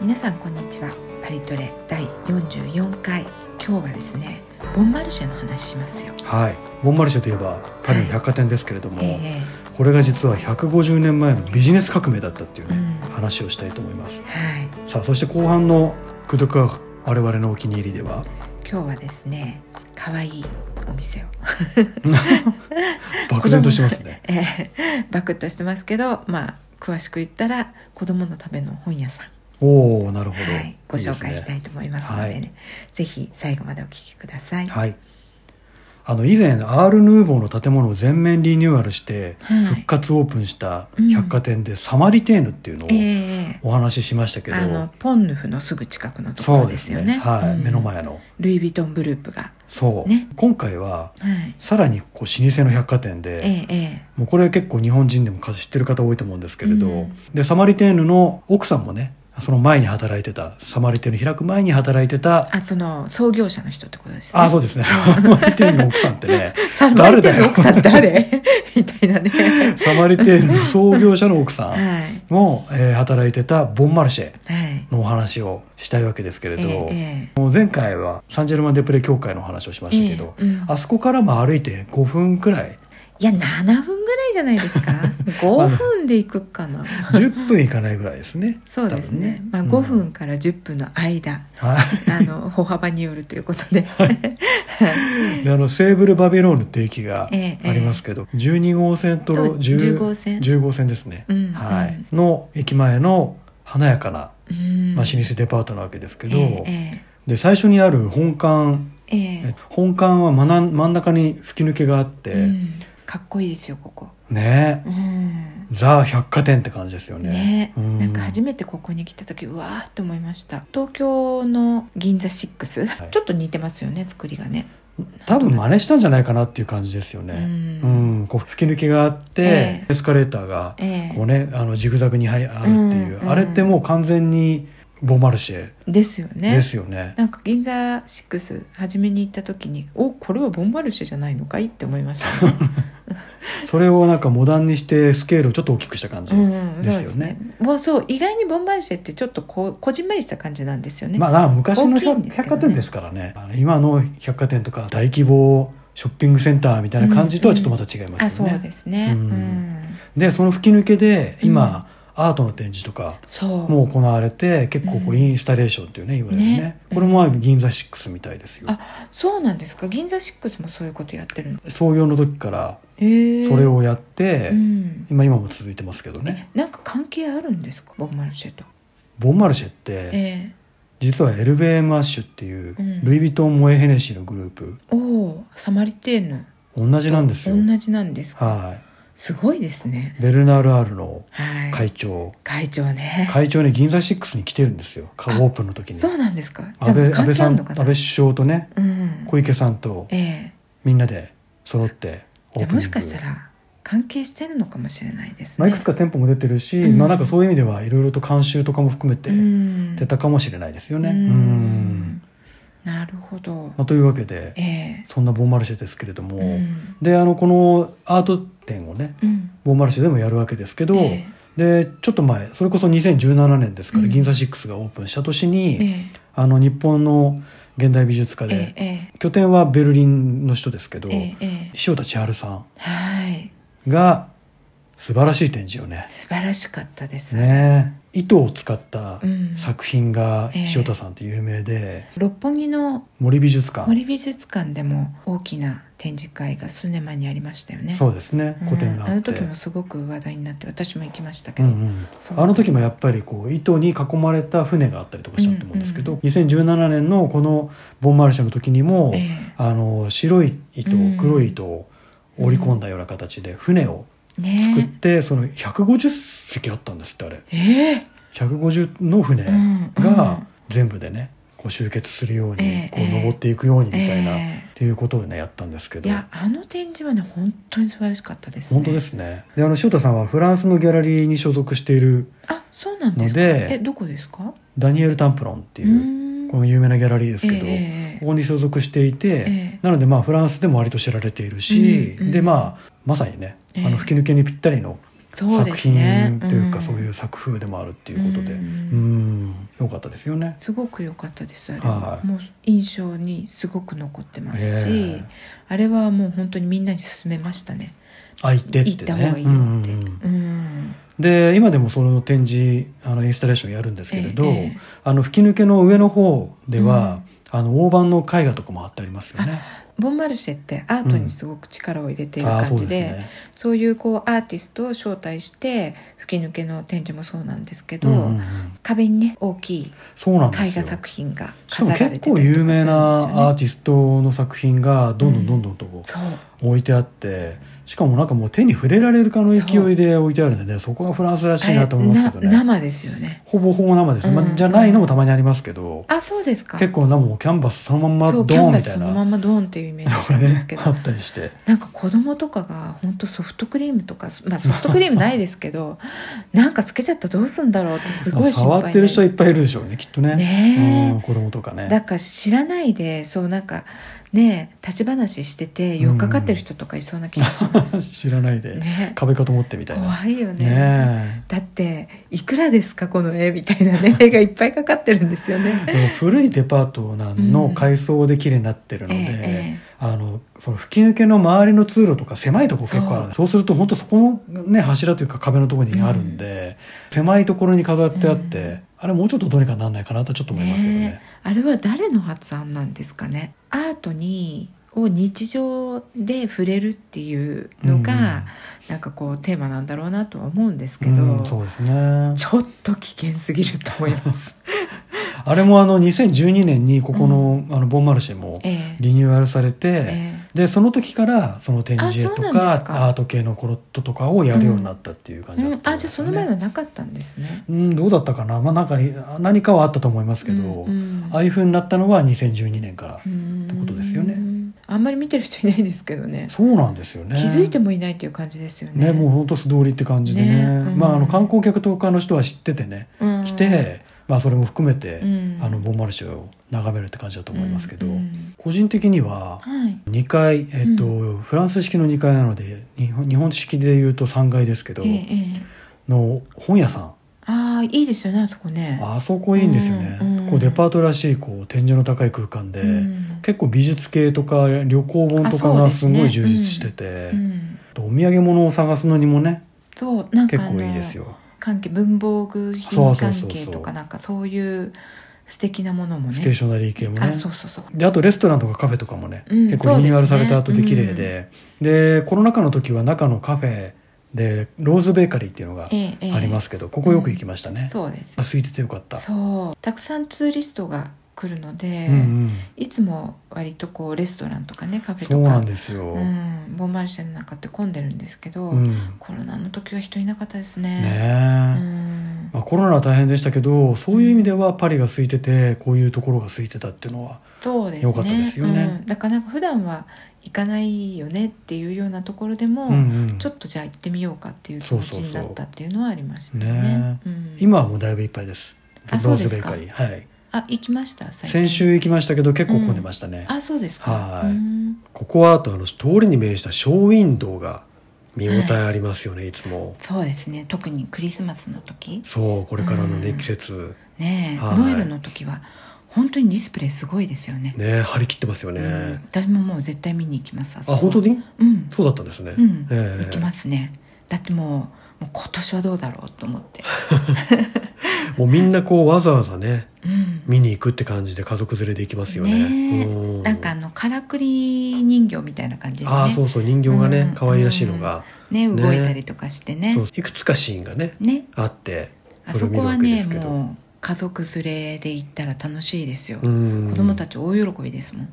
皆さんこんにちはパリトレ第44回今日はですねボンマルシェの話しますよはい、ボンマルシェといえばパリの百貨店ですけれども、えこれが実は150年前のビジネス革命だったっていうえうね、んは話をしたいと思いまいすさあそして後半の「くどくは我々のお気に入り」では今日はですね可愛いお店を漠然としてますねええバクッとしてますけどまあ詳しく言ったら子供のための本屋さんおおなるほど、はい、ご紹介したいいと思いますのでねいいでぜひ最後までお聞きください。すねはいあの以前アール・ヌーボーの建物を全面リニューアルしてはい復活オープンした百貨店で、サマリテーヌっていうのをええお話ししましたけど、あのポンヌフのすぐ近くのとこそろうでですすよねね。はい、うん目の前のルイ・ヴィトングループが。そう、ね今回ははい。さらにこう老舗の百貨店で、えええもうこれ結構日本人でも知ってる方多いと思うんですけれど、うんでサマリテーヌの奥さんもねその前に働いてたサマリテーヌ開く前に働いてたえあ、その創業者の人ってことですね。あそうですねサマリテーヌの奥さんってねサルマ誰リだテンよの奥さん誰 みたいなね。サマリテーヌの創業者の奥さん はい。も、えー働いてたボンマルシェはい。のお話をしたいわけですけれえど、ええもう前回はサンジェルマン・デ・プレ協会のお話をしましたけど、ええうんあそこからも歩いて5分くらいいや、7分ぐらいじゃないです か。5分で行くかな。 10分いかないぐらいですねそうですね。ま多あ、5分う分んから10分の間、はいあ の、歩幅によるということで。であのセーブルバビローヌって駅があええりますけど、12号線とと10 10号線10号線ですね、うんはうんい、の駅前の華やかな、うんまあ、老舗デパートなわけですけど、えで最初にある本館ええええ本館は真な真ん中に吹き抜けがあって、うんかっこいいですよここ、ねうん、ザ百貨店って感じですよねね、うんなんか初めてここに来た時うわーって思いました東京の銀座6、はいちょっと似てますよね作りがね多分真似したんじゃないかなっていう感じですよう、ね、うんんこう吹き抜けがあって、ええエスカレーターがえこうね、あのジグザグにはいあるっていう、うんあれってもう完全にボマルシェえですよねですよね。なんか銀座6初めに行った時におこれはボンバルシェじゃないのかいって思いましたね、 それをなんかモダンにしてスケールをちょっと大きくした感じう。んそうですでよすねねもうそう意外にボンバルシェってちょっとこうこじんまりした感じなんですよね、まあなんか昔の大きいん百,、ですけどね貨店ですからね。あの今の百貨店とか大規模ショッピングセンターみたいな感じとはちょっとまた違いまあすよそね。うですね、うんうんでその吹き抜けで今、アートの展示とかそうも行われて結構こううんインスタレーションっていうねいわゆるねねこれも銀座6みたいですよあ。そうなんですか銀座6もそういうことやってるんで創業の時からへえそれをやって、うん今今も続いてますけどね。なんか関係あるんですかボンマルシェとボンマルシェって、ええ実はエルベーマッシュっていう、うんルイ・ヴィトン・モエ・ヘネシーのグループおおサマリテーヌ同じなんですよ同じなんですかはすごいですねいベルナール・アールのはい会長、会長ね会長ね銀座6に来てるんですよカーオープンの時にそうなんですかじゃあ安倍安関倍係あさるんの安か倍な首相とねうん小池さんとええみんなで揃ってオープニじゃンあグもしかしたら関係してるのかもしれないですまあ、いねくつか店舗も出てるし、うんまあなんかそういう意味ではいろいろと監修とかも含めてうん出たかもしれないですよね。ううんんなるほどまあ、というわけでえそんなボンマルシェですけれども、えうんであのこのアート展をねうんボンマルシェでもやるわけですけど、ええでちょっと前それこそ2017年ですから、うん銀座6がオープンした年に、ええあの日本の現代美術家で、ええ拠点はベルリンの人ですけど、ええええ塩田千春さはいんが素晴らしい展示をね素晴らしかったです、ね糸を使ったうん、作品がええ塩田さんって有名で、六本木の森美術館、森美術館でも大きな展示会が数年前にありましたよねそうですねうん個展がああっのて、時うんもすごく話題になって私も行きましたけうど、んそうあの時もやっぱりこう糸に囲まれた船があったりとかしたと思うんですけど、2017年のこのボンマルシェの時にも、ええあの白い糸、うん黒い糸を織り込んだような形で船を作っねて、その150隻あったんですってあれええ150の船えうんが全部でねこう集結するように、ええこうええ登っていくようにみたいな、っえていうことをねやったんですえけどいやあの展示はね本当に素晴らしかったですね本当ですねであの塩田さんはフランスのギャラリーに所属しているあそうなんですかのでえどこですかダニエル・タンプロンってういう、ーんこの有名なギャラリーですけど、えええここに所属していて、ええなのでまあフランスでも割と知られているし、うんうんでまあまさにね、ええあの吹き抜けにぴったりのそう作ですね品というかそうういんう作風でもあるっていうことで、んうん、良かったですよね。すごく良かったですあれは、はいもう印象にすごく残ってますし、ええあれはもう本当にみんなに勧めましたねあ行ってってね。行った方がいいよってうんうんうんうん、で今でもその展示あのインスタレーションやるんですけれど、ええあの吹き抜けの上の方では、あの大判の絵画とかもあってありますよね。ボンマルシェってアートにすごく力を入れているああ感そうじですで,、ね。そういうこうアーティストを招待して吹き抜けの展示もそうなんですけど、うんうんうん壁にね大きいそうなん絵です画よ。作品がしかも飾られ結てたりとか構するんですよ、有ね、名なアーティストの作品がどんどんどんどんとこうそう置いてあって、しかもなんかもう手に触れられるかの勢いで置いてあるので、そこがフランスらしいなと思いますけどあれなね。生ですよねほぼほぼ生ですね、まあうんじゃないのもたまにありますけど、あそうですか結構なもうキャンバスそのまんまそドうキャーンンバみスたそいのなまのんまドーンっていうイメージだっがたんですねけど あったりして。なんか子供とかが本当ソフトクリームとか、まあ、ソフトクリームないですけ どなんかつけちゃったらどうすんだろうってすごい心触配ってる人いねっぱいいるでしょうねきっとねねえうん、子供とかねだから知らないでそうなんかね立ち話しててよっかかってる人とかいそうな気がします、 知らないで、ね壁かと思ってみたいな怖いよねねだっていくらですかこの絵みたいなね絵がいっぱいかかってるん ですよえね。でも古いデパートなの改装で綺麗になってるのえで、ええあのその吹き抜けの周りの通路とか狭いとこ結構あるそうすると本当そこの、ね、柱というか壁のところにあるんで、狭いところに飾ってあって、うんあれもうちょっとどうにかならないかなとちょっとえ思いますけどねねえあれは誰の発案なんですかねアートにを日常で触れるっていうのが、なんかこうテーマなんだろうなとは思うんですけうど、ん、うんそうですねちょっと危険すぎると思います。 あれもあの2012年にここの,、あのボンマルシェもええリニューアルされて、えでその時からその展示絵とあそうなんかですかアート系のコロットとかをやるようになったっていう感えじだうっんた、あじゃあその前はなかったんですね。うんどうだったかな、まあ、なんかに何かはあったと思いますけど、うんうんああいうふうになったのは2012年から、ってことですよねあんまり見てる人いないですけどねそうなんですよね気づいてもいないっていう感じですよねねもう本当素通りって感じでねねうんまあ、あの観光客とかの人は知っててね、うん来て、まあ、それも含めて、うんあのボンマルシェを眺めるって感じだと思いますけど、うんうん個人的にははい2階、えっとフランス式の2階なので日本日本式でいうと3階ですけど、ええええの本屋さんああいいですよねあそこねあそこいいんですよね、うんうんこうデパートらしいこう天井の高い空間で、うん結構美術系とか旅行本とかあそうがですすねごい充実してて、うんあとお土産物を探すのにもねそうなんか結あ構のいいですよ関係文房具品そうそう関そう係そうとかなんかそういう素敵なものもねステーショナリー系もねあそうそうそうであとレストランとかカフェとかもね、うん結構リニューアルされた後そうでです綺ね麗で、でコロナ禍の時は中のカフェでローズベーカリーっていうのがええええありますけど、ここよく行きましたね、そうですあ空いててよかったそうたくさんツーリストが来るので、うんうん、いつも割とこうレストランとかねカフェとかそうなんですよ、うん、ボンマルシェの中って混んでるんですけど、うんコロナの時は人いなかったですねね。え、うんまあ、コロナは大変でしたけどそういう意味ではパリが空いててこういうところが空いてたっていうのはそうですね。よかったですよねうん、だからなんか普段は行かないよねっていうようなところでも、うんうんちょっとじゃあ行ってみようかっていう気持ちになったっていうのはありましたね。ねうん、今はもうだいぶいっぱいですあロそーうでズすベーかカリーはいあ行きました最近先週行きましたけど結構混んでましたね、あそうですか。はいうんここはあとあの通りに面したショーウィンドウが見応えありますよね、い、つもそうですね。特にクリスマスの時そうこれからのね季節ねえ、はいノエルの時は本当にディスプレイすごいですよね。ね張り切ってますよね、うん、私ももう絶対見に行きます。あそこあ本当にうん。そうだったんですね、うん、ええ行きますねだってもうもう今年はどうだろうと思って、もうみんなこうわざわざねうん、見に行くって感じで家族連れで行きますよねねえうんなんかあのからくり人形みたいな感じでねああそうそう人形がうんね可愛らしいのが、ねね動いたりとかしてねそういくつかシーンがねねあってあれそを見こるはわけでねすけどもう家族連れで行ったら楽しいですよ、うん子供たち大喜びですもん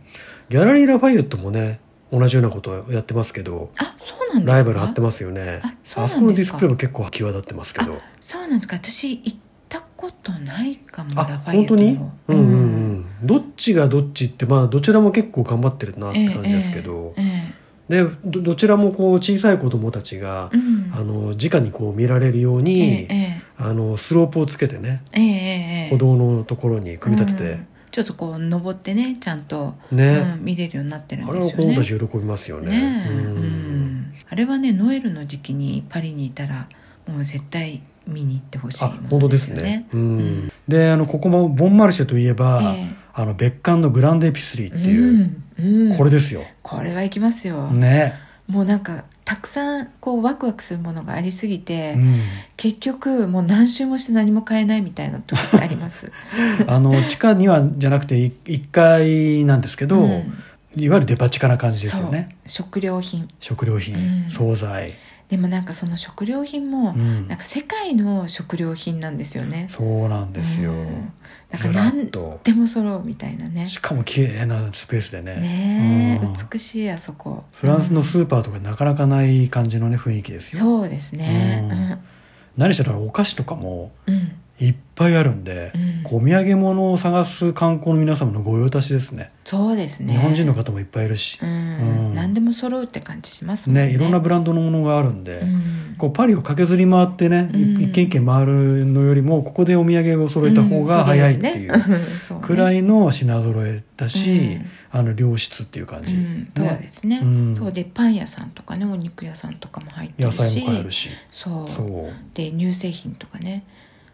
ギャラリー・ラファイエットもね同じようなことをやってますけどあそうなんですかライバル張ってますよねあそうなんですかそこのディスプレイも結構際立ってますけどそうなんですか私行ったことないかもあラファイエ本ット当のにうんうんうんうんどっちがどっちってまあどちらも結構頑張ってるなっええて感じですけど、ええでどどちらもこう小さい子供たちが、ええうんあの直にこう見られるようえに、ええあのスロープをつけてねえええええ歩道のところに組み立てうてん、ちょっとこう登ってねちゃんと、ね、うん見れるようになってるんあでれすはよ子供ね。たち喜びますよねねえううんんあれはねノエルの時期にパリにいたらもう絶対見に行ってほしいあもの本当ですよね。ううんん、であのここもボンマルシェといえば、ええあの別館のグランデエピスリーってういう、んうんこれですよ。これは行きますよ、ね。もうなんかたくさんこうワクワクするものがありすぎて、うん、結局もう何周もして何も買えないみたいな時ってありますあの地下にはじゃなくてい一階なんですけど、んいわゆるデパ地下な感じですよね。そう食料品食料品、うん惣菜、でもなんかその食料品も、うんなんか世界の食料品なんですよねそうなんですよ。うんなんかずらなっんと、でも揃うみたいなねしかも綺麗なスペースでね。ねえ、うん美しいあそこフランスのースーパーとかなかなかない感じのね雰囲気ですよ。そうですね何しろお菓子とかもうんうん、いっぱいあるんでう、んこうお土産物を探す観光の皆様のご用達ですね。そうですね日本人の方もいっぱいいるしう、ん、うん何でも揃うって感じしますもんねね、いろんなブランドのものがあるんで、うんこうパリを駆けずり回ってね、いうん一軒一軒回るのよりもここでお土産を揃えた方が早いっていうそうくらいいの品揃えだし、うんあの良質っていう感じ、うんそうねですね、うんそうでパン屋さんとかねお肉屋さんとかも入ってる野し菜も買えるし、そうそう。で乳製品とかね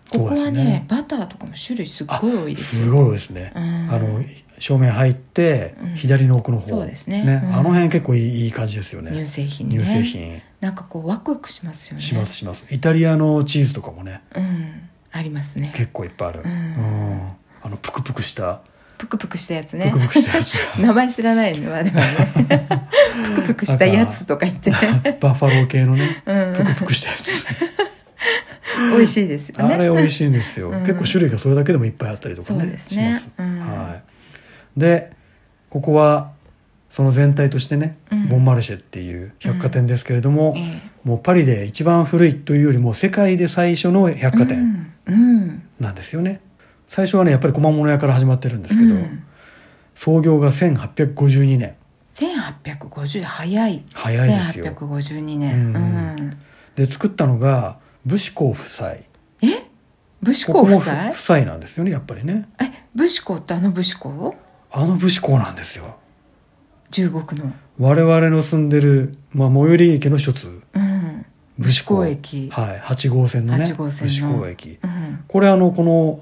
こそこうですねはねバターとかも種類すっごい多いですよすごいですね、うんあの正面入ってうん左の奥の方、そうですねうんあの辺結構いいいい感じですよ乳ね製品ね乳製品なんかこうワクワクしますよねしますします、イタリアのチーズとかもねうんありますね結構いっぱいある、うんうんあのプクプクしたプクプクしたやつプねクプクしたやつ名前知らないのはでもね プクプクしたやつとか言ってねがバッファロー系のねうんプクプクしたやつ、美味しいですよねあれ美味しいんですよ、うん結構種類がそれだけでもいっぱいあったりとかそうねですねします、うんはいでここはその全体としてね、うんボンマルシェっていう百貨店ですけれども、ええもうパリで一番古いというよりも世界で最初の百貨店うん、うんなんですよね、最初はねやっぱり小間物屋から始まってるんですけど、うん創業が1852年1850早い早いですよ1852年、うんうんで作ったのが武士公夫妻え武士公夫ここも妻夫妻なんですよねやっぱりねえ武士公ってあの武士公あの武士公なんですよ中国の、我々の住んでる、まあ、最寄り駅の一つうん、武士公武士公駅はい、8号線のね8号線の武士公駅うん、これあのこの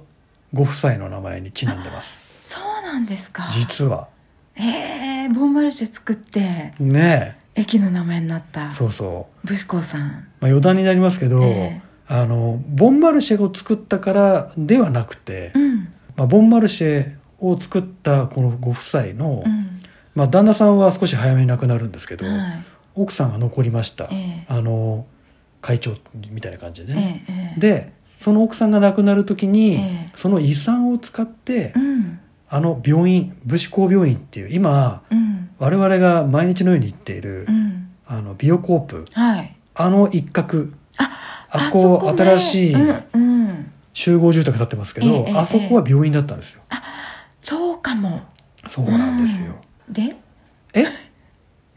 ご夫妻の名前にちなんでますそうなんですか実はえー、ボンマルシェ作ってね駅の名前になったえそうそう武士公さんまあ、余談になりますけど、ええあのボンマルシェを作ったからではなくて、うんまあ、ボンマルシェを作ったこのご夫妻の、うんまあ、旦那さんは少し早めに亡くなるんですけど、はい奥さんが残りました、ええあの会長みたいな感じでえね、えええでその奥さんが亡くなる時に、ええその遺産を使って、うんあの病院武士公病院っていう今うん我々が毎日のように行っている、うんあのビオコープはいあの一角ああそこね新しいうんうん、集合住宅建ってますけど、ええあそこは病院だったんですよ、そうかもそうなんですよ、でえ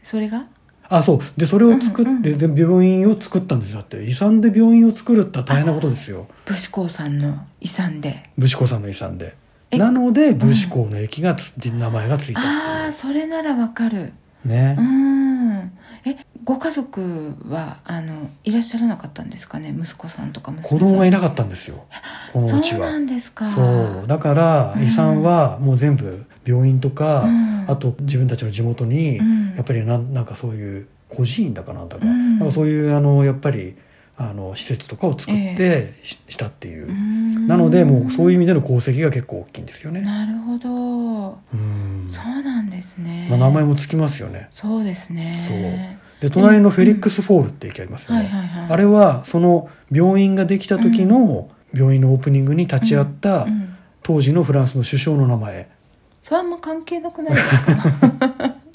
それがあそうでそれを作って、うんうんで病院を作ったんですよだって遺産で病院を作るって大変なことですよ武士公さんの遺産で武士公さんの遺産でえなので武士公の駅がつ、名前がついたああっーていそれならわかるうねう、んえご家族はあのいらっしゃらなかったんですかね息子さんとか娘さ子ん供がいなかったんですよこのうちそうはなんですかそうだからうん遺産はもう全部病院とか、うんあと自分たちの地元に、うんやっぱりなんなんかそういう孤児院だかなんだか,、うんなんかそういうあのやっぱりあの施設とかを作ってし,、したっていう、うんなのでもうそういう意味での功績が結構大きいんですよね。なるほどうんそうなんですね、まあ、名前もつきますよね。そうですねで隣のフェリックス・フォールって駅ありますよはいね。はいはいあれはその病院ができた時の病院のオープニングに立ち会ったうん当時のフランスの首相の名前。それあんま関係なくないですか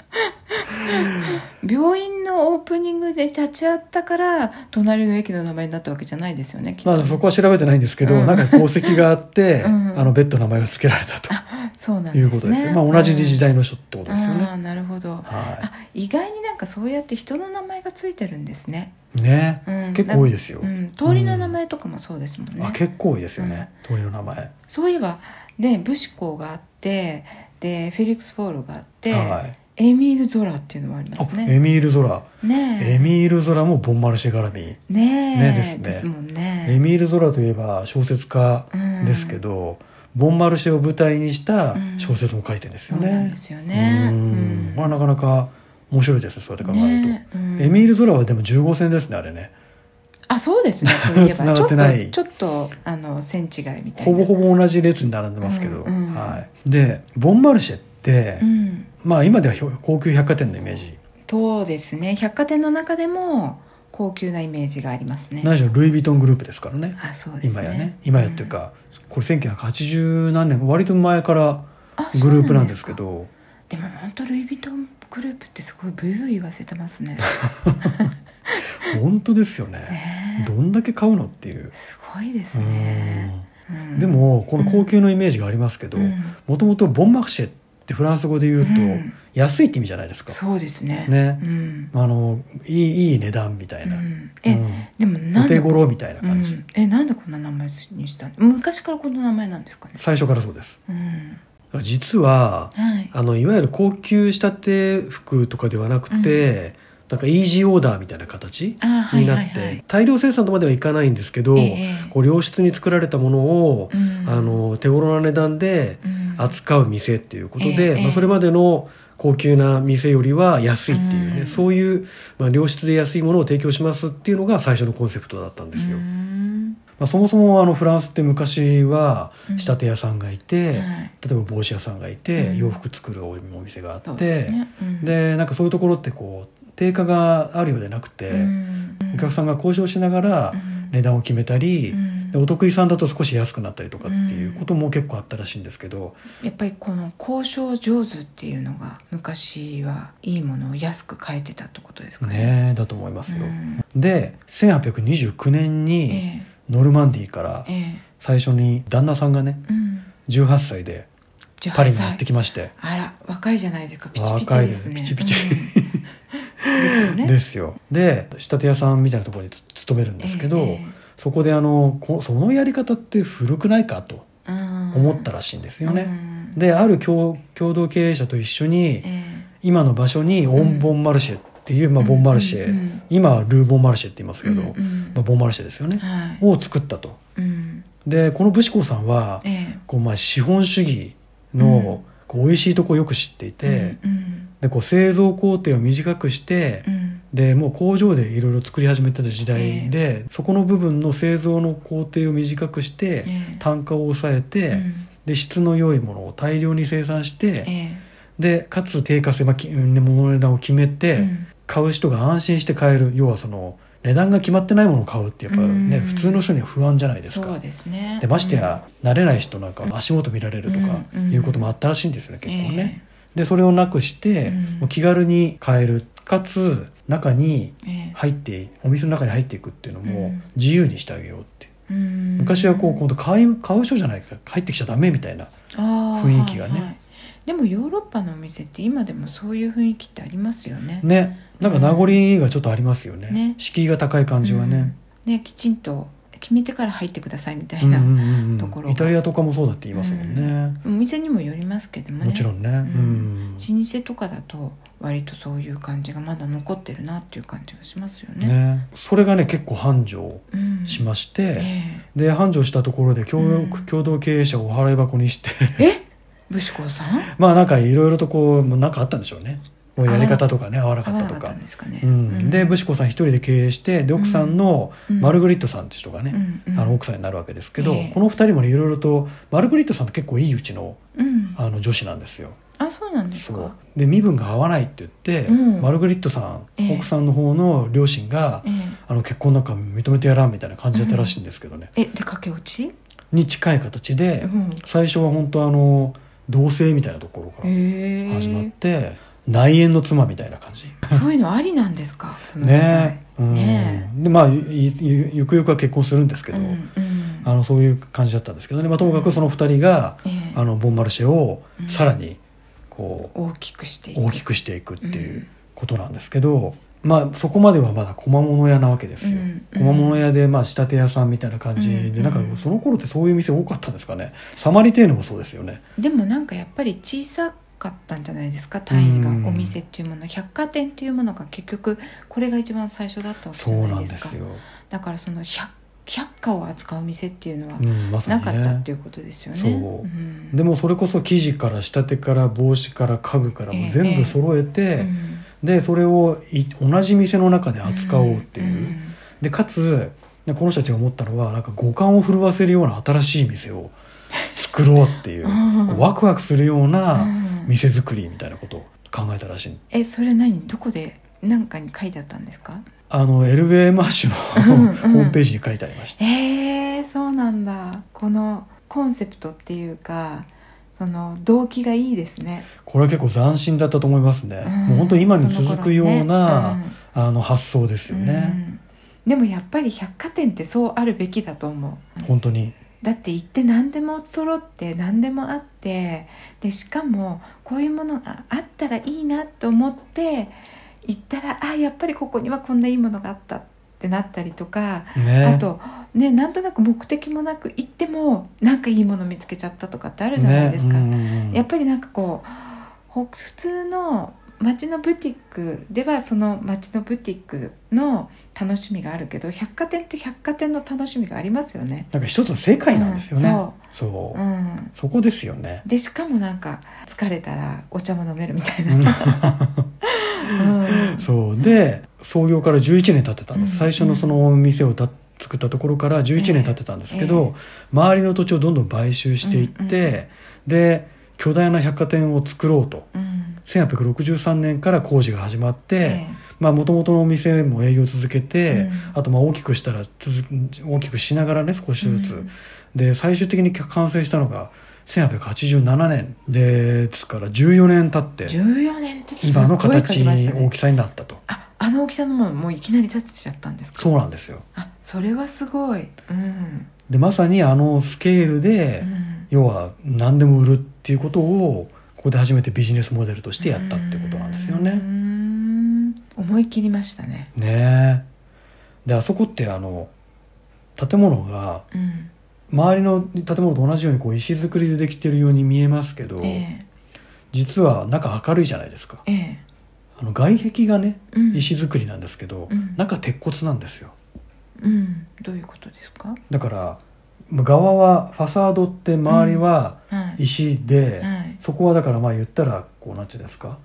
病院のオープニングで立ち会ったから隣の駅の名前になったわけじゃないですよねきっとまあそこは調べてないんですけど、うんなんか功績があって、うんあのベッドの名前が付けられたとそうなんですねいうことですよ。まあ同じ時代の人ってことですよあね。あなるほど、はあ意外になんかそうやって人の名前がついてるんですね、い。ね、うん、結構多いですよう。ん、通りの名前とかもそうですもんね、あ結構多いですよね。通りの名前。そういえばね武士校があってでフェリックス・フォールがあって、はい。エミール・ゾラっていうのもありますあねエミール・ゾラ、エねミール・ゾラもボンマルシェ絡み、えねえねでですすねもんエねミール・ゾラといえば小説家ですけど、ボンマルシェを舞台にした小説も書いてるんですそようなんねで。すよねうんまあなかなか面白いですねそうやって考えると、ねえうんエミール・ゾラはでも15戦ですねあれねあそうですねそういえば 繋がってないちょっとちょっとあの線違いみたいなほぼほぼ同じ列に並んでますけど、うんうんはい、でボンマルシェって、うんまあ今ではひょ高級百貨店のイメージ、そうですね百貨店の中でも高級なイメージがありますね何しろルイ・ヴィトングループですからねあそうです今ねやね今やっていうか、これ1980何年割と前からうんグループなんですけあそうどなんですかでも本当ルイ・ヴィトングループってすごいブイブイ言わせてます ね本当ですよねねどんだけ買うのっていうえすごいですね、うんでもこの高級のイメージがありますけどうんもともとボンマルシェってフランス語で言うと、うん安いって意味じゃないですかそうですねねうん、あのいいいい値段みたいうな、んうえ、んでもなおん手で頃みたいな感うじ、ん、えなんでこんな名前にしたの昔からこの名前なんですかね最初からそうですうんだから実ははいあのいわゆる高級仕立て服とかではなくて、なんかイージーオーダーみたいな形あはいにはないって、はい大量生産とまではいかないんですけど、ええこう良質に作られたものを、うんあの手頃な値段でうん扱う店っていうことで、ええまあ、それまでの高級な店よりは安いっていうね、うんそういう、まあ、良質で安いものを提供しますっていうのが最初のコンセプトだったんですよ。うまんあ、そもそもあのフランスって昔はうん仕立て屋さんがいて、はい例えば帽子屋さんがいて、うん洋服作るお店があってそうですねうんでなんかそういうところってこう定価があるようでなくて、うんお客さんが交渉しながらうん値段を決めたり、うんでお得意さんだと少し安くなったりとかっていううんことも結構あったらしいんですけど、やっぱりこの交渉上手っていうのが昔はいいものを安く買えてたってことですかね。ねえだと思いますよ。うんで1829年えにえノルマンディーからええ最初に旦那さんがねうん18歳でパリにやっ18歳てきましてあら若いじゃないですかピチピチ若いでですすねねピチピチうんですよねですよ。で仕立て屋さんみたいなところにつ勤めるん ですけど、ええそこであのこそのやり方って古くないかとええうん思ったらしいんですようね。んである共共同経営者と一緒にえ今の場所にオンボンマルシェっていう、まあ、うんボンマルシェ、うんうん今はルーボンマルシェって言いますえけど、うんまあ、ボンマルシェですよね、はいを作ったと。うんでこの武士公さんはええこうまあ資本主義のこう美味しいとこをよく知っていて、うんでこう製造工程を短くしてう、んでもう工場でいろいろ作り始めてた時代で、そこの部分の製造の工程を短くして、ええ単価を抑えて、うんで質の良いものを大量に生産して、えでかつ低価狭き物の値段を決めて、えうん買う人が安心して買える要はその値段が決まってないものを買うってやっぱね、うん普通の人には不安じゃないですか。そうですねでましてや、慣れない人なんか足元見られるとかうんいうこともあったらしいんですよね、うん結構ね。でそれをなくして、うんもう気軽に買えるかつ中にええええ入ってお店の中に入っていくっていうのうもん自由にしてあげようって、昔昔はこう今度買い買う人じゃないから入ってきちゃダメみたいな雰雰囲気がねでもヨーロッパのお店って今でもそういう雰囲気ってありますよねねなんか名残がちょっとありますよね,、ね敷居が高い感じはね。うんねきちんと決めてから入ってくださいみたういんうな、んうとんこうろがん、イタリアとかもそうだって言いますもんね、お店にもよりますけどもねもちろんね、うん老舗とかだと割とそういう感じがまだ残ってるなっていう感じがしますよねねそれがね結構繁盛うん、しましえて、で繁盛したところで共,、うん共同経営者をお払い箱にして ええ武士公さんまあなんかいろいろとこうなんかあったんでしょうねもうやり方とかね合わなか合わっなたかとったんかですかね、うん、で武士子さん一人で経営してで奥さんのうんマルグリットさんって人がね、うんうんあの奥さんになるわけですけど、ええこの二人もねいろいろとマルグリットさんって結構いいうちのうんあの女子なんですよ。あそうなんですそうかで身分が合わないって言って、うんマルグリットさん、ええ奥さんの方の両親が、えあの結婚なんか認めてやらんみたいな感じだったらしいんですけどね、ええで駆け落ち、に近い形で、うん、最初は本当あの同棲みたいなところからへえ始まって、内縁の妻みたいな感じ。そういうのありなんですかこの時代ねうんねでまあゆゆゆくゆくは結婚するんですけど、うんうんあのそういう感じだったんですけどね、まあ、ともかくその2人が、ええあのボンマルシェをうんさらにこう、大きくしてい大きくしていくっていうことなんですけど、まあ、そこまではまだ小間物屋なわけですよ。うん小間物屋でまあ仕立て屋さんみたいな感じで、うんなんかその頃ってそういう店多かったんですかねサマリテーヌもそうですよねでもなんかやっぱり小さかったんじゃないですか単位が、うんお店っていうもの百貨店っていうものが結局これが一番最初だったわけじそゃうなないんでですかすよ、だからその百百貨を扱う店っていうのはうん、まさなにかったっねていうことですよね。そううんでもそれこそ生地から仕立てから帽子から家具からも全部揃えて、うんでそれをい同じ店の中で扱おうっていう、んでかつこの人たちが思ったのはなんか五感を震わせるような新しい店を作ろうっていううんこうワクワクするよううなん店作りみたいなことを考えたらしいえそれ何どこで何かに書いてあったんですかあのエルベーマーシュうんうのんホームページに書いてありました、えー、そうなんだこのコンセプトっていうかその動機がいいですね、これは結構斬新だったと思いますね、んもう本当今にその頃続くような、ねあの発想ですうよんね、うんでもやっぱり百貨店ってそうあるべきだと思う本当にだって行って何でも揃って何でもあってでしかもこういうものがあったらいいなと思って行ったらあやっぱりここにはこんないいものがあったってなったりとかねあとねなんとなく目的もなく行ってもなんかいいもの見つけちゃったとかってあるじゃないですか、ねうんうんうんやっぱりなんかこうほ普通の街のブティックではその街のブティックの楽しみがあるけど百貨店って百貨店の楽しみがありますよね。なんか一つの世界なんですよね、うんそうそうう、ん、そこですよねでしかもなんか疲れたらお茶も飲めるみたいな。うんうんそうで創業から11年経ってたんです、うん最初のそのお店をた作ったところから11年経ってたんですけど、周りの土地をどんどん買収していって、で巨大な百貨店を作ろうとうん1863年から工事が始まってえまあ元々のお店も営業続けて、うんあとまあ大きくしたら続大きくしながらね少しずつ、うんで最終的に完成したのが1887年ですから14年経ってえ14年ってすごい今の形、書きましたね大きさになったとああの大きさのものもういきなり立てちゃったんですかそうなんですよあそれはすごいうん、でまさにあのスケールで、うん要は何でも売るっていうことをここで初めてビジネスモデルとしてやったってことなんですようーね。ん思い切りましたねねえであそこってあの建物がうん周りの建物と同じようにこう石造りでできてるように見えますけど、え実は中明るいじゃないですかええあの外壁がねえうん石造りなんですけど、うん中鉄骨なんですようんどういうことですかだからまあ側はファサードって周りははい石で、はいそこはだからまあ言ったらこうなんていうんですか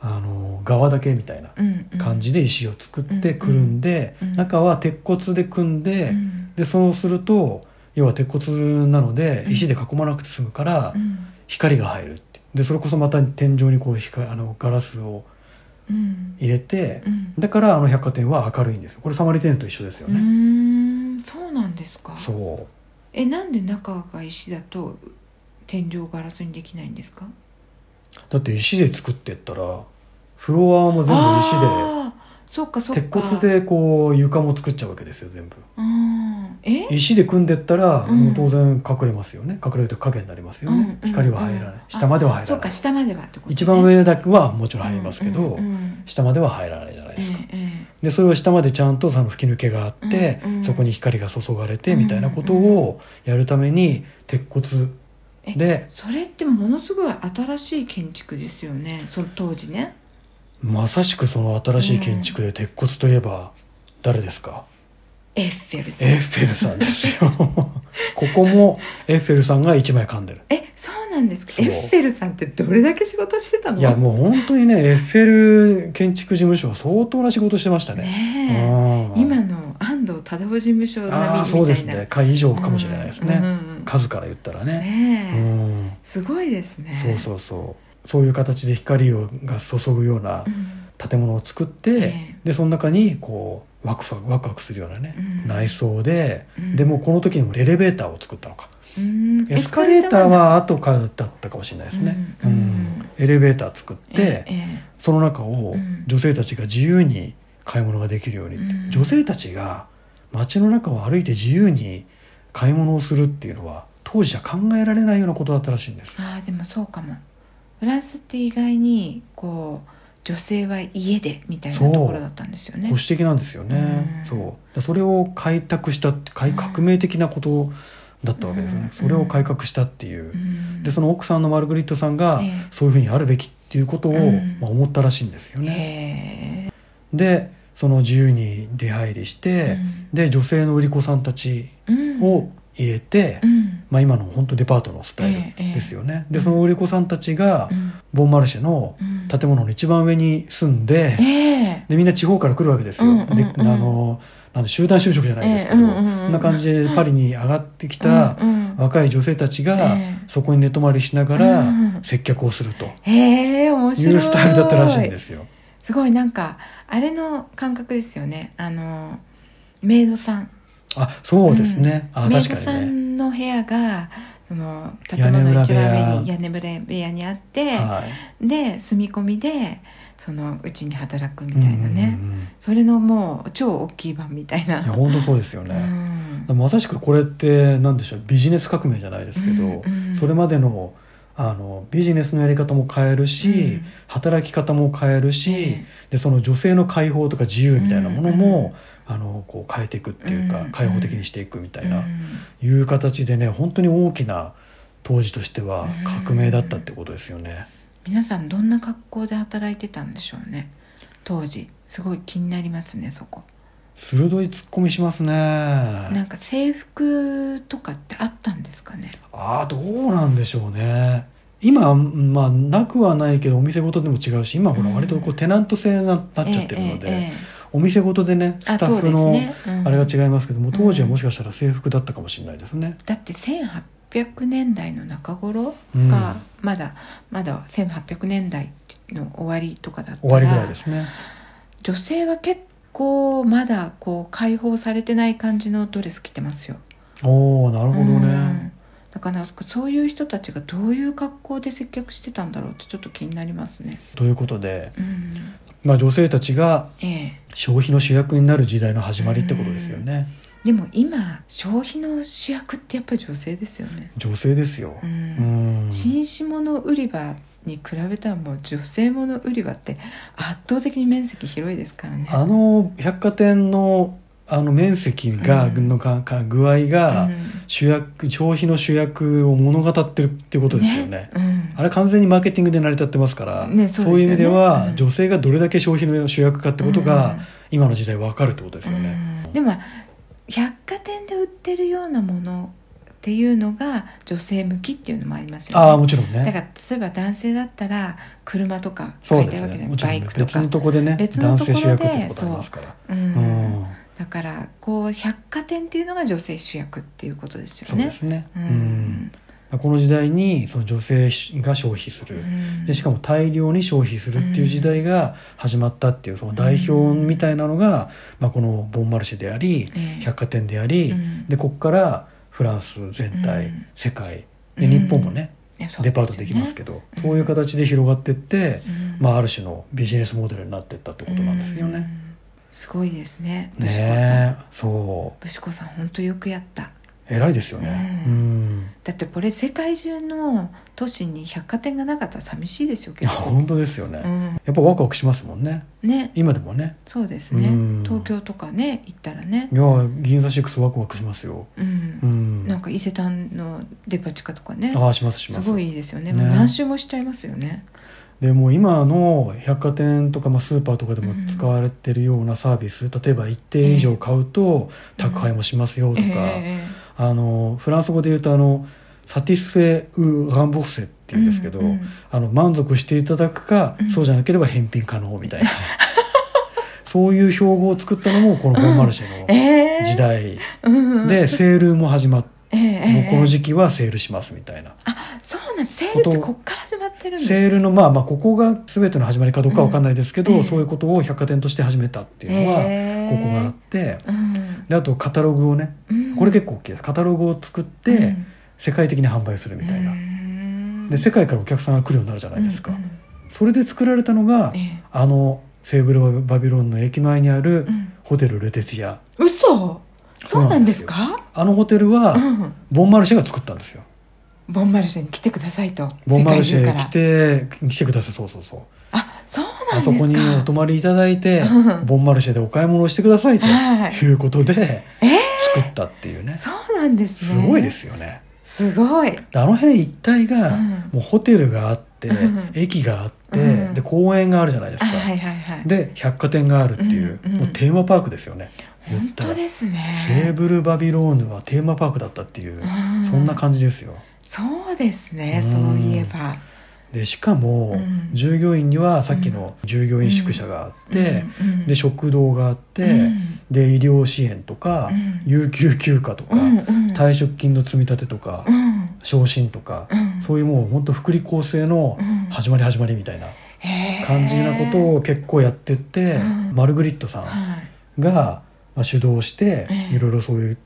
あの側だけみたいなうんうん感じで石を作ってうんくるんで、うん中は鉄骨で組んで、うんでそうすると要は鉄骨なのでうん石で囲まなくて済むからうん光が入るってでそれこそまた天井にこう光あのガラスをうん入れてう、んだからあの百貨店は明るいんですよこれサマリテンと一緒ですようーね、んそうなんですかそうえなんで中が石だと天井ガラスにできないんですかだって石で作ってったらフロアも全部石であーそっかそっか鉄骨でこう床も作っちゃうわけですよ全部うんえ石で組んでったら、うんもう当然隠れますよね隠れると影になりますよね、うんうん光は入らない下までは入あそらうなかい下まではってこと、ね、一番上だけはもちろん入りますけど、うんうんうん下までは入らないじゃないですか、ええでそれを下までちゃんとその吹き抜けがあって、うんうんそこに光が注がれてみたいなことをやるために鉄骨ええでそれってものすごい新しい建築ですよねその当時ねまさしくその新しい建築で鉄骨といえば誰ですか、エッフェルさんエッフェルさんですよ ここもエッフェルさんが一枚噛んでるえそうなんですかそうエッフェルさんってどれだけ仕事してたのいやもう本当にねエッフェル建築事務所は相当な仕事してましたねねえうん今の安藤忠夫事務所並みああみたいなそうですね会以上かもしれないですね、うんうんうん数から言ったらねねうえ、んすごいですねそうそうそうそういう形で光をが注ぐようなうん建物を作って、ええでその中にこうワクワクワクワクするようなね、うん内装で、うんでもうこの時にもエレベーターを作ったのかうんエスカレーターは後からだったかもしれないですね、うんうんエレベーター作って、ええその中をうん女性たちが自由に買い物ができるようにって、うん女性たちが街の中を歩いて自由に買い物をするっていうのは当時じゃ考えられないようなことだったらしいんですああでもそうかもフランスって意外にこう女性は家でみたいなそとうころだったんですよ保ね守的なんですよね、うんそうだそれを開拓したって開革命的なことだったわけですようんうねんそれを改革したっていううんでその奥さんのマルグリットさんがええそういうふうにあるべきっていうことをうんまあ思ったらしいんですよね。へでその自由に出入りしえて、で女性の売り子さんたちうんを入れて、うんまあ、今の本当デパートのスタイルですよね。でその売り子さんたちがうんボンマルシェのうん建物の一番上に住んで、ええでみんな地方から来るわけですよ。うんうんうんであのなんで集団就職じゃないですけど、ええうんうんうんこんな感じでパリに上がってきたうんうん若い女性たちがええそこに寝泊まりしながうらんうん接客をするとへえ面い白ういスタイルだったらしいんですよ。すごいなんかあれの感覚ですよねあのメイドさんあそうですね。あメイド確かさにね。んの部屋がその建物の一番上に屋屋根裏部屋にあってはい。で住み込みでそのうちに働くみたいなね、うんうんうんそれのもう超大きい版みたいないや本当そうですよね。うんまさしくこれって何でしょうビジネス革命じゃないですけど、うんうんそれまでのあのビジネスのやり方も変えるし、うん働き方も変えるし、ええでその女性の解放とか自由みたいなものうんうも、あのこう変えていくっていうか、うんうん開放的にしていくみたいな、うんいう形でね本当に大きな当時としては革命だったってことですよね。皆さんどんな格好で働いてたんでしょうね当時すごい気になりますねそこ鋭い突っ込みしますね。なんか制服とかってあったんですかねああどうなんでしょうね今まあなくはないけどお店ごとでも違うし今ほらうん割とこうテナント制にななっちゃってるので、お店ごとでねスタッフのあれがう違いますけども、当時はもしかしたら制服だったかもしれないですね。だって1800年代の中頃うんがまだ、まだ1800年代の終わりとかだった終らわりぐらいですね。女性は結構まだこう解放されてない感じのドレス着てますよおおなるほどうんね。だからそういう人たちがどういう格好で接客してたんだろうってちょっと気になりますね。ということで、うん、まあ、女性たちがええ、消費の主役になる時代の始まりってことですよね。でも今消費の主役ってやっぱり女性ですよね。女性ですよ。う、うんん、紳士物売り場に比べたらもう女性物売り場って圧倒的に面積広いですからね。あの百貨店のあの面積が、うんのかか具合が、うん主役消費の主役を物語ってるっていうことですよねうんあれ完全にマーケティングで成り立ってますから、ねそそううですよねいう意味では、うん女性がどれだけ消費の主役かってことが、うん今の時代わかるってことですよね、うんでも百貨店で売ってるようなものっていうのが女性向きっていうのもありますよね。ああもちろんだねから例えば男性だったら車とかそういでてするわけじゃなねもいちろバんイねクと別かのとこでね別のと男こ性ろで主役ってことありますかうらうんん、だからこう百貨店っていうのが女性主役っていうことですそようでね。すねううんんこの時代にその女性が消費する、うんでしかも大量に消費するっていう時代が始まったっていうその代表みたいなのが、まあ、このボンマルシェでありええ百貨店であり、うんでここからフランス全う体、ん世界うでん日本もね、いやそうデすパよートできますけど、うんそういう形で広がってって、うんまあ、ある種のビジネスモデルになっていったってことなんですよね。うんすごいですね。武士子さんねえそ武士子さん本当よくやった。う偉いですよね。ううんだってこれ世界中の都市に百貨店がなかったら寂しいでしょういけやど。 本当ですよね、うやん、っぱワクワクしますもんねね今でもねそうですね、うん東京とかね行ったらねい、や銀座6ワクワクしますよ。うんうん、なんか伊勢丹のデパ地下とかねああしますしますすごいいいですよねねもう何周もしちゃいますよねでもう今の百貨店とか、まあ、スーパーとかでも使われてるようなサービス、例えば一定以上買うと宅配もしますよとか、ええあのフランス語で言うとあのサティスフェ・ウ・ランボッセっていうんですけど、うんうんあの満足していただくか、うんそうじゃなければ返品可能みたいな そういう標語を作ったのもこのボンマルシェのええ時代うんうんで、セールも始まって。ええもうこの期時期はセールしますみたいなあそうなんですセールってこっから始まってるんですセールのまあまあここが全ての始まりかどうかわかんないですけど、うんそういうことを百貨店として始めたっていうのはへこーこがあって、うんであとカタログをねうんこれ結構大きいですカタログを作って世界的に販売するみたいな、なで世界からお客さんが来るようになるじゃないですか、うんうんそれで作られたのが、えあのセーブルバビロンの駅前にあるえうんホテルルテツィア嘘そうなんですかあのホテルはうんボンマルシェが作ったんですよボンマルシェに来てくださいとボンマルシ世ェ界中来からて来てくださいそうそうそうあそうなんですかあそこにお泊まりいただいて、うんボンマルシェでお買い物をしてくださいとはいいうことで、ええ作ったっていうねそうなんですすねごいですよね。すごいであの辺一帯がうんもうホテルがあって、うん駅があって、うんで公園があるじゃないですあか、はいはいはいで百貨店があるっていう,、うんうんもうテーマパークですよね本当ですねセーブル・バビローヌはテーマパークだったっていう、うんそんな感じですよそうですね、うんそういえばでしかうも、ん従業員にはさっきの従業員宿舎があって、うんうんで食堂があって、うんで医療支援とか、うん有給休暇とか、うんうん退職金の積み立てとか、うん昇進とか、うんそういうもう本当福利厚生のうん始まり始まりみたいなへー感じなことを結構やってって、うんマルグリットさんはいがまあ主導してええいろいろそういう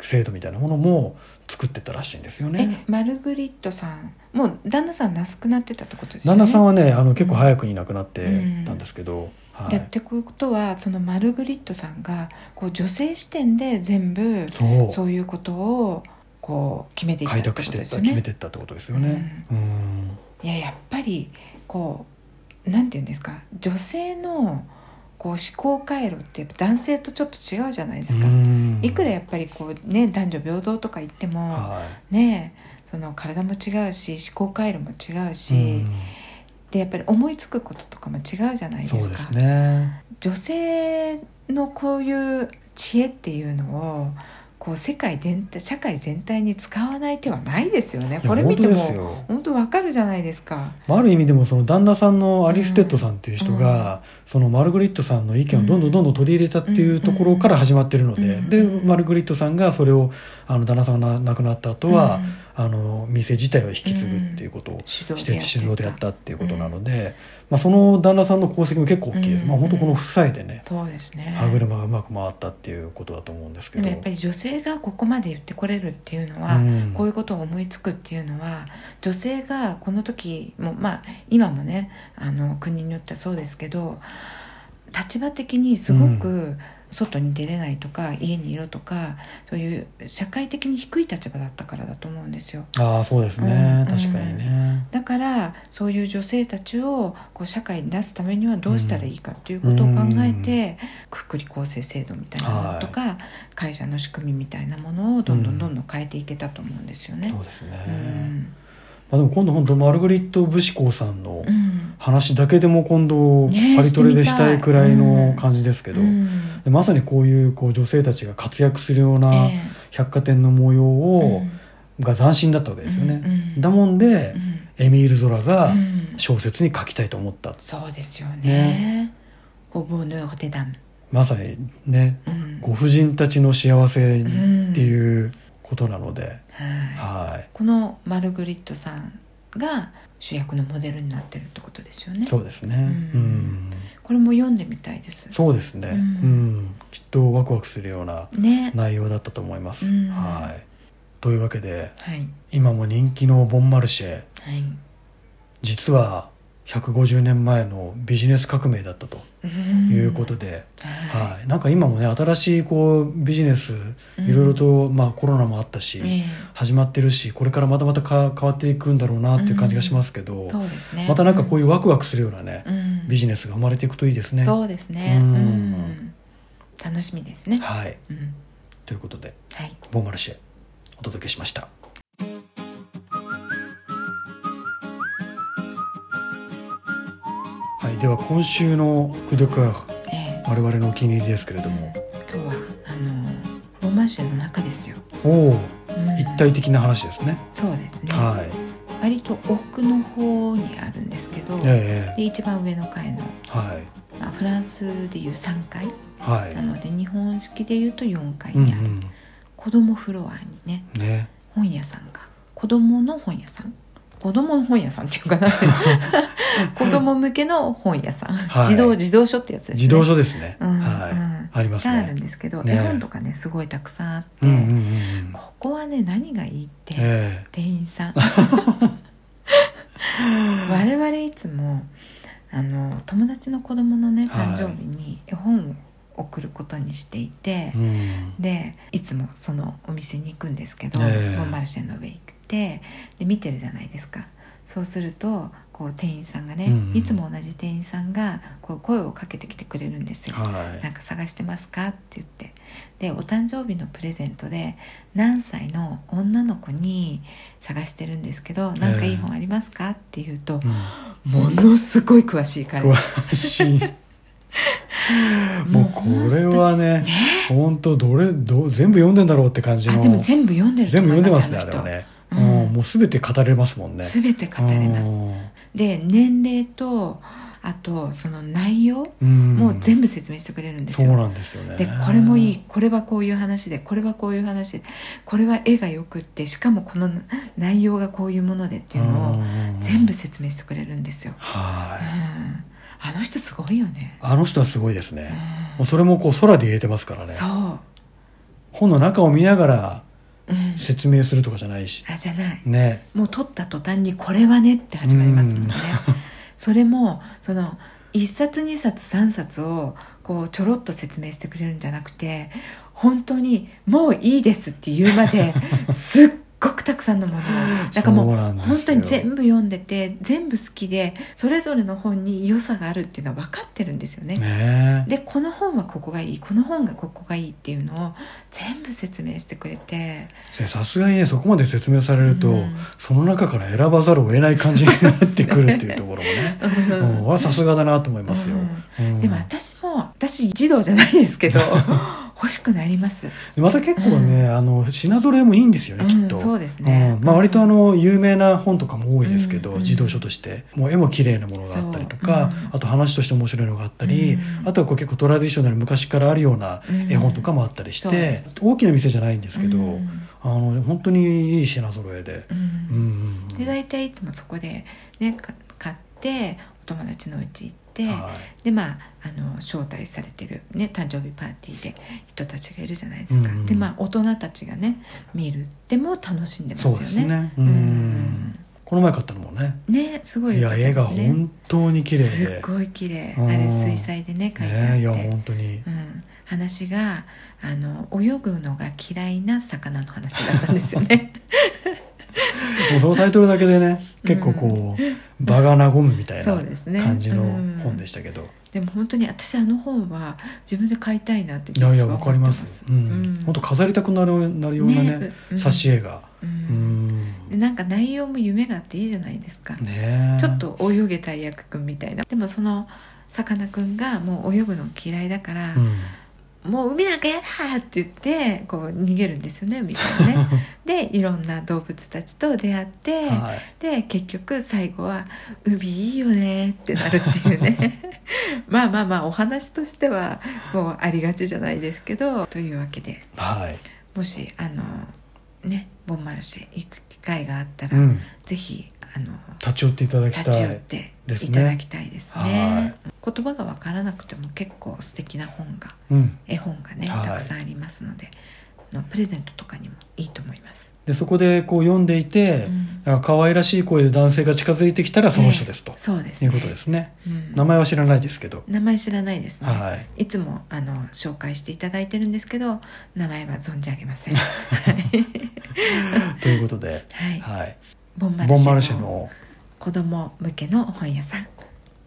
制度みたいなものも作ってったらしいんですよね。えマルグリットさんもう旦那さん亡くなってたってことですよ旦ね那さんはねあの結構早くに亡くなってうんたんですけど、はでいってことはそのマルグリットさんがこう女性視点で全部そうそういうことをこう決めていったっ開てこと拓してでっすた、よ決めねてったってことですよね。うんいややっぱりこうなんていうんですか女性のこう思考回路って男性とちょっと違うじゃないですか、うんいくらやっぱりこうね男女平等とか言ってもはねその体も違うし思考回路も違うい、し、でやっぱり思いつくこととかも違うじゃなういでんすそかうですね。女性のこういう知恵っていうのをこう世界全体社会全体に使わない手はないですよねいやこれ見て本も当ですよ本当わかるじゃないですか。まあ、ある意味でもその旦那さんのアリステッドさんっていう人が、そのマルグリットさんの意見をどんどんどんどん取り入れたっていうところから始まってるので、うんでマルグリットさんがそれをあの旦那さんが亡くなった後は、うんあの店自体を引き継ぐっていうことを手動しでてやって指導でやったっていうことなので、まあ、その旦那さんの功績も結構大きいです、うんまあ、本当この夫妻でねそうですね歯車がうまく回ったっていうことだと思うんですけでどもやっぱり女性がここまで言ってこれるっていうのは、うんこういうことを思いつくっていうのは女性がこの時もまあ今もねあの国によってはそうですけど立場的にすごうく外に出れないとか、家にいろとかそういう社会的に低い立場だったからだと思うんですよ。ああそうですね、うん確かにね。だからそういう女性たちをこう社会に出すためにはどうしたらいいかっていうことを考えて、くくり構成制度みたいなのとか、会社の仕組みみたいなものをどんどんどんどん変えていけたと思うんですよね。そうですね、うんまあ、でも今度本当マルグリット・ブシコさんの、うん話だけでも今度ねえパリトレでしたいくらいの感じですけど、うんでまさにこういうこう女性たちが活躍するようなえ百貨店の模え様を、が斬新だったわけですよね。だもんでう、んエミール・ゾラがうん小説に書きたいと思った、そうですよねね。オボヌーテダム。まさにねうんご婦人たちの幸せってうんいうことなので、はいはいこのマルグリットさんが主役のモデルになってるってことですよね。そうですね、ううんんこれも読んでみたいです。そうですね、ううんんきっとワクワクするようなね。内容だったと思います。うんはいというわけではい。今も人気のボンマルシェはい。実は150年前のビジネス革命だったということで、うん。ははい、なんか今もね新しいこうビジネスうんいろいろと、まあ、コロナもあったし、い。え始まってるしこれからまたまたか変わっていくんだろうなっていう感じがしますけど、えそうですね。またなんかこういいうワクワクするようなね、うんビジネスが生まれていくといいですね。そうですね。ううんん。楽しみですね。はい、うん。ということではい。ボンマルシェお届けしました。はい、では今週の「クドクアええ。我々のお気に入りですけれども今日はあのロマンシェの中ですよ、おおうん一体的な話ですね、そうですね、はい割と奥の方にあるんですけど、ええで一番上の階の、はいまあ、フランスでいう3階はないので日本式でいうと4階うんにある、う子供フロアにねんね本屋さんが子供の本屋さん子供の本屋さんっていうか な子供向けの本屋さん、はい児童児童書ってやつですね自動書ですね、うんはい、うんありますがあるんねですけど、ね絵本とかねすごいたくさんあって、うんうんうんここはね何がいいって、え店員さ ん我々いつもあの友達の子供のねはい誕生日に絵本を送ることにしていて、えうんでいつもそのお店に行くんですけど、ええボンマルシェの上行ってで見てるじゃないですかそうするとこう店員さんがね、うんうんいつも同じ店員さんがこう声をかけてきてくれるんですよ。はなんか探してますか?」って言ってでお誕生日のプレゼントで何歳の女の子に探してるんですけど「なんかいい本ありますか?」って言うとい、、うんものすごい詳しい彼詳 しいもうこれはね本当どれど全部読んでんだろうって感じあのでも全部読んでると全部思読いんでまますすねあれはね、あうの人んうんもう全て語れますもんねすべて語れますで年齢とあとその内容うんもう全部部説明してくれるんですそうよ、なんですよねでこれもいいこれはこういう話でこれはこういう話でこれは絵がよくってしかもこの内容がこういうものでっていうのをん全部説明してくれるんですよ、うはいん、あの人すごいよね、あの人はすごいですうんね、もうそれもこう空で言えてますからねそ本の中を見ながらう、うん、説明するとかじゃないしあじゃないねもう取った途端に「これはね」って始まりますも んね。それもその1冊2冊3冊をこうちょろっと説明してくれるんじゃなくて本当に「もういいです」って言うま ですっごくたくさんのものをなんかもそううなんです本当よに全部読んでて全部好きでそれぞれの本に良さがあるっていうのは分かってるんですよね。ねでこの本はここがいいこの本がここがいいっていうのを全部説明してくれてせさすがにねそこまで説明されると、うんその中から選ばざるを得ない感じになってくるっていうところもね、うん、はさすがだなと思いますよ、うんでも私も私児童じゃないです けど欲しくなります、でまた結構ね、あの品揃えもいいんですよね、うきっん、と。そうですね、うんまあ、割とあの有名な本とかも多いですけど、うん児童書としてもう絵も綺麗なものがあったりとか、そううんあと話として面白いのがあったり、うんあとはこう結構トラディショナル昔からあるようなうん絵本とかもあったりしそうでてす、大きな店じゃないんですけど、うんあの本当にいい品揃えで。ううんうんんうんで大体いつもそこで、ね、か買ってお友達のうち行ってはでまああの招待されてる、ね、誕生日パーティーで人たちがいるじゃないですか、うんうんでまあ大人たちがね見るっても楽しんでい、ますよねそうですねううんんこの前買ったのもねねすごいいや絵が本当に綺麗すっで、ごい綺麗うんあれ水彩でね描いてあっね、て、いや本当にうん、話があの泳ぐのが嫌いな魚の話だったんですよ ね。もうそのタイトルだけで ね結構こう、場が和むみたいそなうですね感じのうん本でしたけど、でも本当に私あの本は自分で買いたいなっていやいや実はわ思かります、うんうん本当飾りたくなるなるようなねねうん挿絵がううんん、でなんか内容も夢があっていいじゃないですか。ねえちょっと泳げたい役くんみたいな。でもそのさかなクンがもう泳ぐの嫌いだから、うんもう海なんかやだって言ってこう逃げるんですよね海からね。でいろんな動物たちと出会って。はい、で結局最後は「海いいよね」ってなるっていう ねまあまあまあお話としてはもうありがちじゃないですけどというわけではいもしあのねボンマルシェ行く機会があったうら、ん、ぜひあの立ち寄っていただき立ちた寄っいてですいねただきたいですね言葉がわからなくても結構素敵な本がうん、絵本がねはいたくさんありますので、あのプレゼントとかにもいいと思います、でそこでこう読んでいて、うんなんか可愛らしい声で男性が近づいてきたらその人ですと、そうですねいうことですねうん名前は知らないですけど、名前知らないですね、はいいつもあの紹介していただいてるんですけど名前は存じ上げませ んということで、はいはい、ボンマボンマルルシシェェのの、子供向けの本屋さん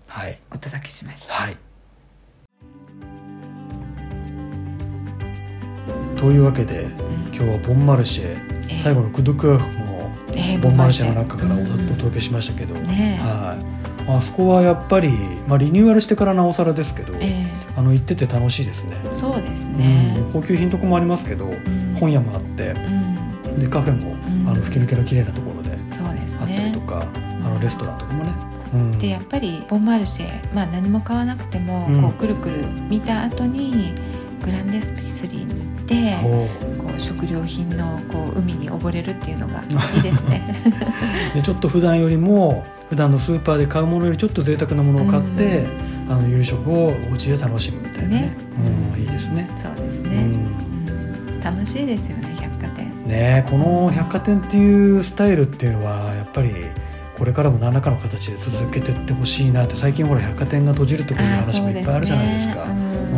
はい、お届けしましたはい。というわけで今日はボンマルシェ、えー最後のクドクアフもえーボンマルシェの中かボらお,、ンマルシェうん届けしましたけど、ねえはい。あそこはやっぱり、まあ、リニューアルしてからなおさらですけど、えあの行ってて楽しいですね。ーそうですね、うん高級品とこもありますけど、ん本屋もあってうんでカフェも、んあの吹き抜けの綺麗なところでそうですあったりねとか、あのレストランとかもね。うんでやっぱりボンマルシェ、まあ、何も買わなくても、うんこうくるくる見た後にグランデスピスリーに行っておうこう食料品のこう海に溺れるっていうのがいいですね。でちょっと普段よりも普段のスーパーで買うものよりちょっと贅沢なものを買って、あの夕食をお家で楽し むみたいなねねうん、いいですね。そうですうね、ん楽しいですよね百貨店ねえこの百貨店っていうスタイルっていうのはやっぱりこれからも何らかの形で続けていってほしいなって最近ほら百貨店が閉じるとかいうー話もいっぱいあるじゃないですそかうねう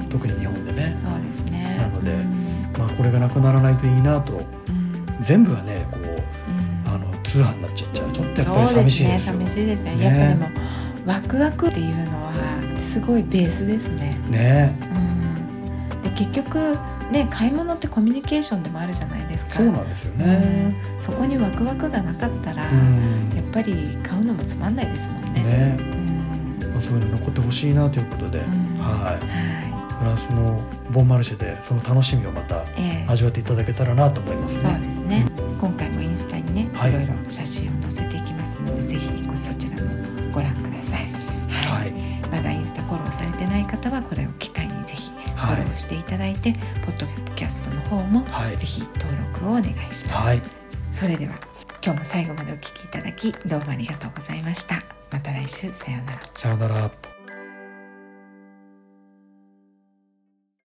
うんん、特に日本でね、そうですねなのでうんまあ、これがなくならないといいなとうん全部はねこううんあの通販になっちゃっちゃうちょっとやっぱり寂しいですよそうねね、寂しいですよ、ねやっぱでもワクワクっていうのはすごいベースですね、うん、で結局ね買い物ってコミュニケーションでもあるじゃないですかそうなんですよねうんそこにワクワクがなかったら、うんやっぱり買うのもつまんないですもんねねうんまあ、そういうの残ってほしいなということで、んはいはフランスのボンマルシェでその楽しみをまたい、ええ味わっていただけたらなと思いますそうねですね、今回もインスタにね、はい、いろいろ写真を載せていきますのでぜひこそちらもご覧ください、ははいいまだインスタフォローされてない方はこれを機会にぜひフはいォローしていただいて、ポッドキャストの方もはいぜひ登録をお願いします、はいそれでは今日も最後までお聞きいただきどうもありがとうございましたまた来週さようならさようなら